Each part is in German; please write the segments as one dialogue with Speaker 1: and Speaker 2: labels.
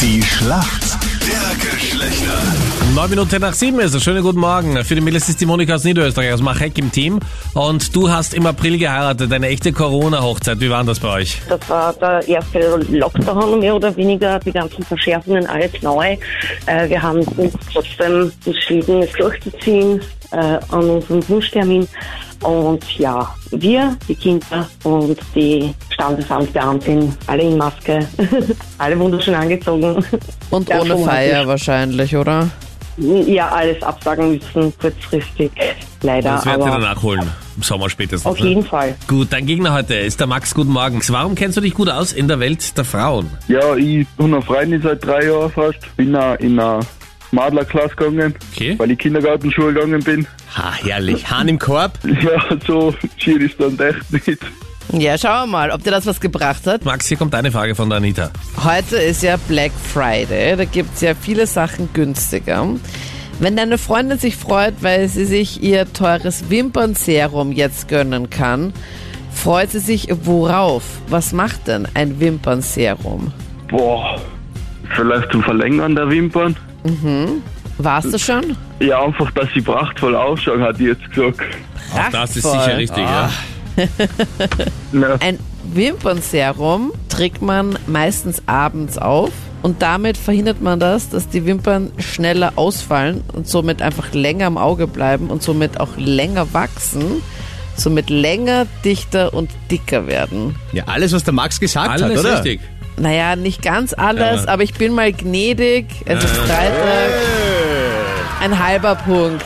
Speaker 1: Die Schlacht der Geschlechter.
Speaker 2: Neun Minuten nach sieben ist es. Schönen guten Morgen. Für die Mädels ist die Monika aus Niederösterreich, aus Macheck im Team. Und du hast im April geheiratet, eine echte Corona-Hochzeit. Wie war das bei euch?
Speaker 3: Das war der erste Lockdown mehr oder weniger, die ganzen Verschärfungen, alles neu. Äh, wir haben uns trotzdem entschieden, es durchzuziehen äh, an unserem Wunschtermin. Und ja, wir, die Kinder und die Standesamtbeamtin, alle in Maske, alle wunderschön angezogen.
Speaker 4: Und
Speaker 3: Ja,
Speaker 4: ohne
Speaker 3: schon
Speaker 4: Feier wahrscheinlich, oder?
Speaker 3: Ja, alles absagen müssen, kurzfristig, leider.
Speaker 2: Das werden wir
Speaker 3: aber
Speaker 2: dann nachholen. Im Sommer spätestens.
Speaker 3: auf
Speaker 2: ne?
Speaker 3: jeden Fall.
Speaker 2: Gut, dein Gegner heute ist der Max. Guten Morgen. Warum kennst du dich gut aus in der Welt der Frauen?
Speaker 5: Ja, ich bin auf Freien seit drei Jahren fast. Bin auch in eine Madlerklasse gegangen,
Speaker 2: Okay.
Speaker 5: weil ich Kindergartenschule gegangen bin.
Speaker 2: Ha, herrlich. Hahn im Korb.
Speaker 5: Ja, so schier ist dann echt nicht.
Speaker 4: Ja, schauen wir mal, ob dir das was gebracht hat.
Speaker 2: Max, hier kommt eine Frage von der Anita.
Speaker 4: Heute ist ja Black Friday, da gibt's ja viele Sachen günstiger. Wenn deine Freundin sich freut, weil sie sich ihr teures Wimpernserum jetzt gönnen kann, freut sie sich worauf? Was macht denn ein Wimpernserum?
Speaker 5: Boah, vielleicht zum Verlängern der Wimpern.
Speaker 4: Warst du schon?
Speaker 5: Ja, einfach, dass sie prachtvoll ausschauen, hat die jetzt gesagt.
Speaker 2: Auch das ist
Speaker 4: Prachtvoll.
Speaker 2: sicher richtig, ja.
Speaker 5: Na,
Speaker 4: Ein Wimpernserum trägt man meistens abends auf und damit verhindert man das, dass die Wimpern schneller ausfallen und somit einfach länger im Auge bleiben und somit auch länger wachsen, somit länger, dichter und dicker werden.
Speaker 6: Ja, alles, was der Max gesagt hat,
Speaker 2: Alles
Speaker 6: oder?
Speaker 2: richtig.
Speaker 4: Naja, nicht ganz alles,
Speaker 2: Ja.
Speaker 4: aber ich bin mal gnädig. Es ist Freitag. Ein halber Punkt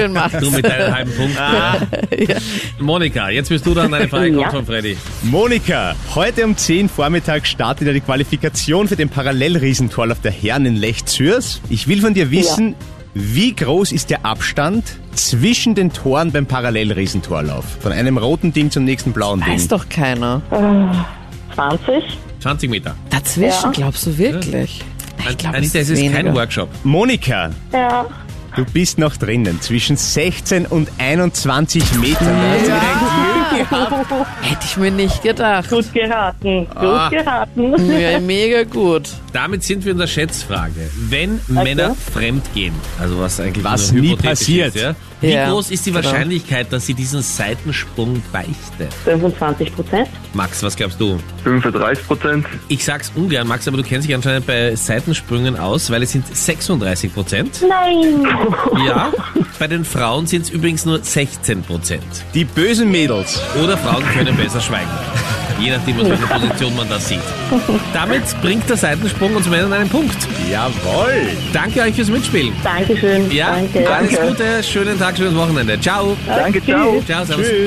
Speaker 4: den Max.
Speaker 2: Du mit deinen halben Punkten. Monika, jetzt bist du dran. Deine Frage kommt
Speaker 3: Ja.
Speaker 2: von Freddy.
Speaker 6: Monika, heute um 10 Vormittag startet ja die Qualifikation für den Parallelriesentorlauf der Herren in Lech-Zürs. Ich will von dir wissen, wie groß ist der Abstand zwischen den Toren beim Parallelriesentorlauf? Von einem roten Ding zum nächsten blauen Ding.
Speaker 4: Weiß doch keiner.
Speaker 3: 20?
Speaker 2: 20 Meter.
Speaker 4: Dazwischen, glaubst du wirklich? Ich glaub, es
Speaker 2: Anita, es
Speaker 4: ist
Speaker 2: ist kein
Speaker 4: weniger.
Speaker 2: Workshop.
Speaker 6: Monika,
Speaker 3: Ja.
Speaker 6: du bist noch drinnen. Zwischen 16 und 21 Metern. Da hat sie gedacht, Glück gehabt.
Speaker 4: Hätte ich mir nicht gedacht.
Speaker 3: Gut geraten, gut
Speaker 2: Ah.
Speaker 3: geraten.
Speaker 4: Ja, mega gut.
Speaker 2: Damit sind wir in der Schätzfrage. Wenn Männer fremdgehen, also was eigentlich
Speaker 6: Was
Speaker 2: nur
Speaker 6: nie
Speaker 2: hypothetisch
Speaker 6: passiert.
Speaker 2: ist, ja? wie
Speaker 4: Ja,
Speaker 2: groß ist die
Speaker 4: genau.
Speaker 2: Wahrscheinlichkeit, dass sie diesen Seitensprung beichtet?
Speaker 3: 25 Prozent?
Speaker 2: Max, was glaubst du?
Speaker 5: 35 Prozent.
Speaker 2: Ich sag's ungern, Max, aber du kennst dich anscheinend bei Seitensprüngen aus, weil es sind 36 Prozent.
Speaker 3: Nein!
Speaker 2: Ja. Bei den Frauen sind es übrigens nur 16 Prozent.
Speaker 6: Die bösen Mädels.
Speaker 2: Oder Frauen können besser schweigen. Je nachdem, aus welcher Position man das sieht. Damit bringt der Seitensprung uns Männern einen Punkt.
Speaker 6: Jawohl.
Speaker 2: Danke euch fürs Mitspielen.
Speaker 3: Dankeschön.
Speaker 2: Ja,
Speaker 3: Danke.
Speaker 2: alles Gute, schönen Tag, schönes Wochenende. Ciao.
Speaker 5: Danke, ciao.
Speaker 2: Ciao, servus.
Speaker 6: Tschüss.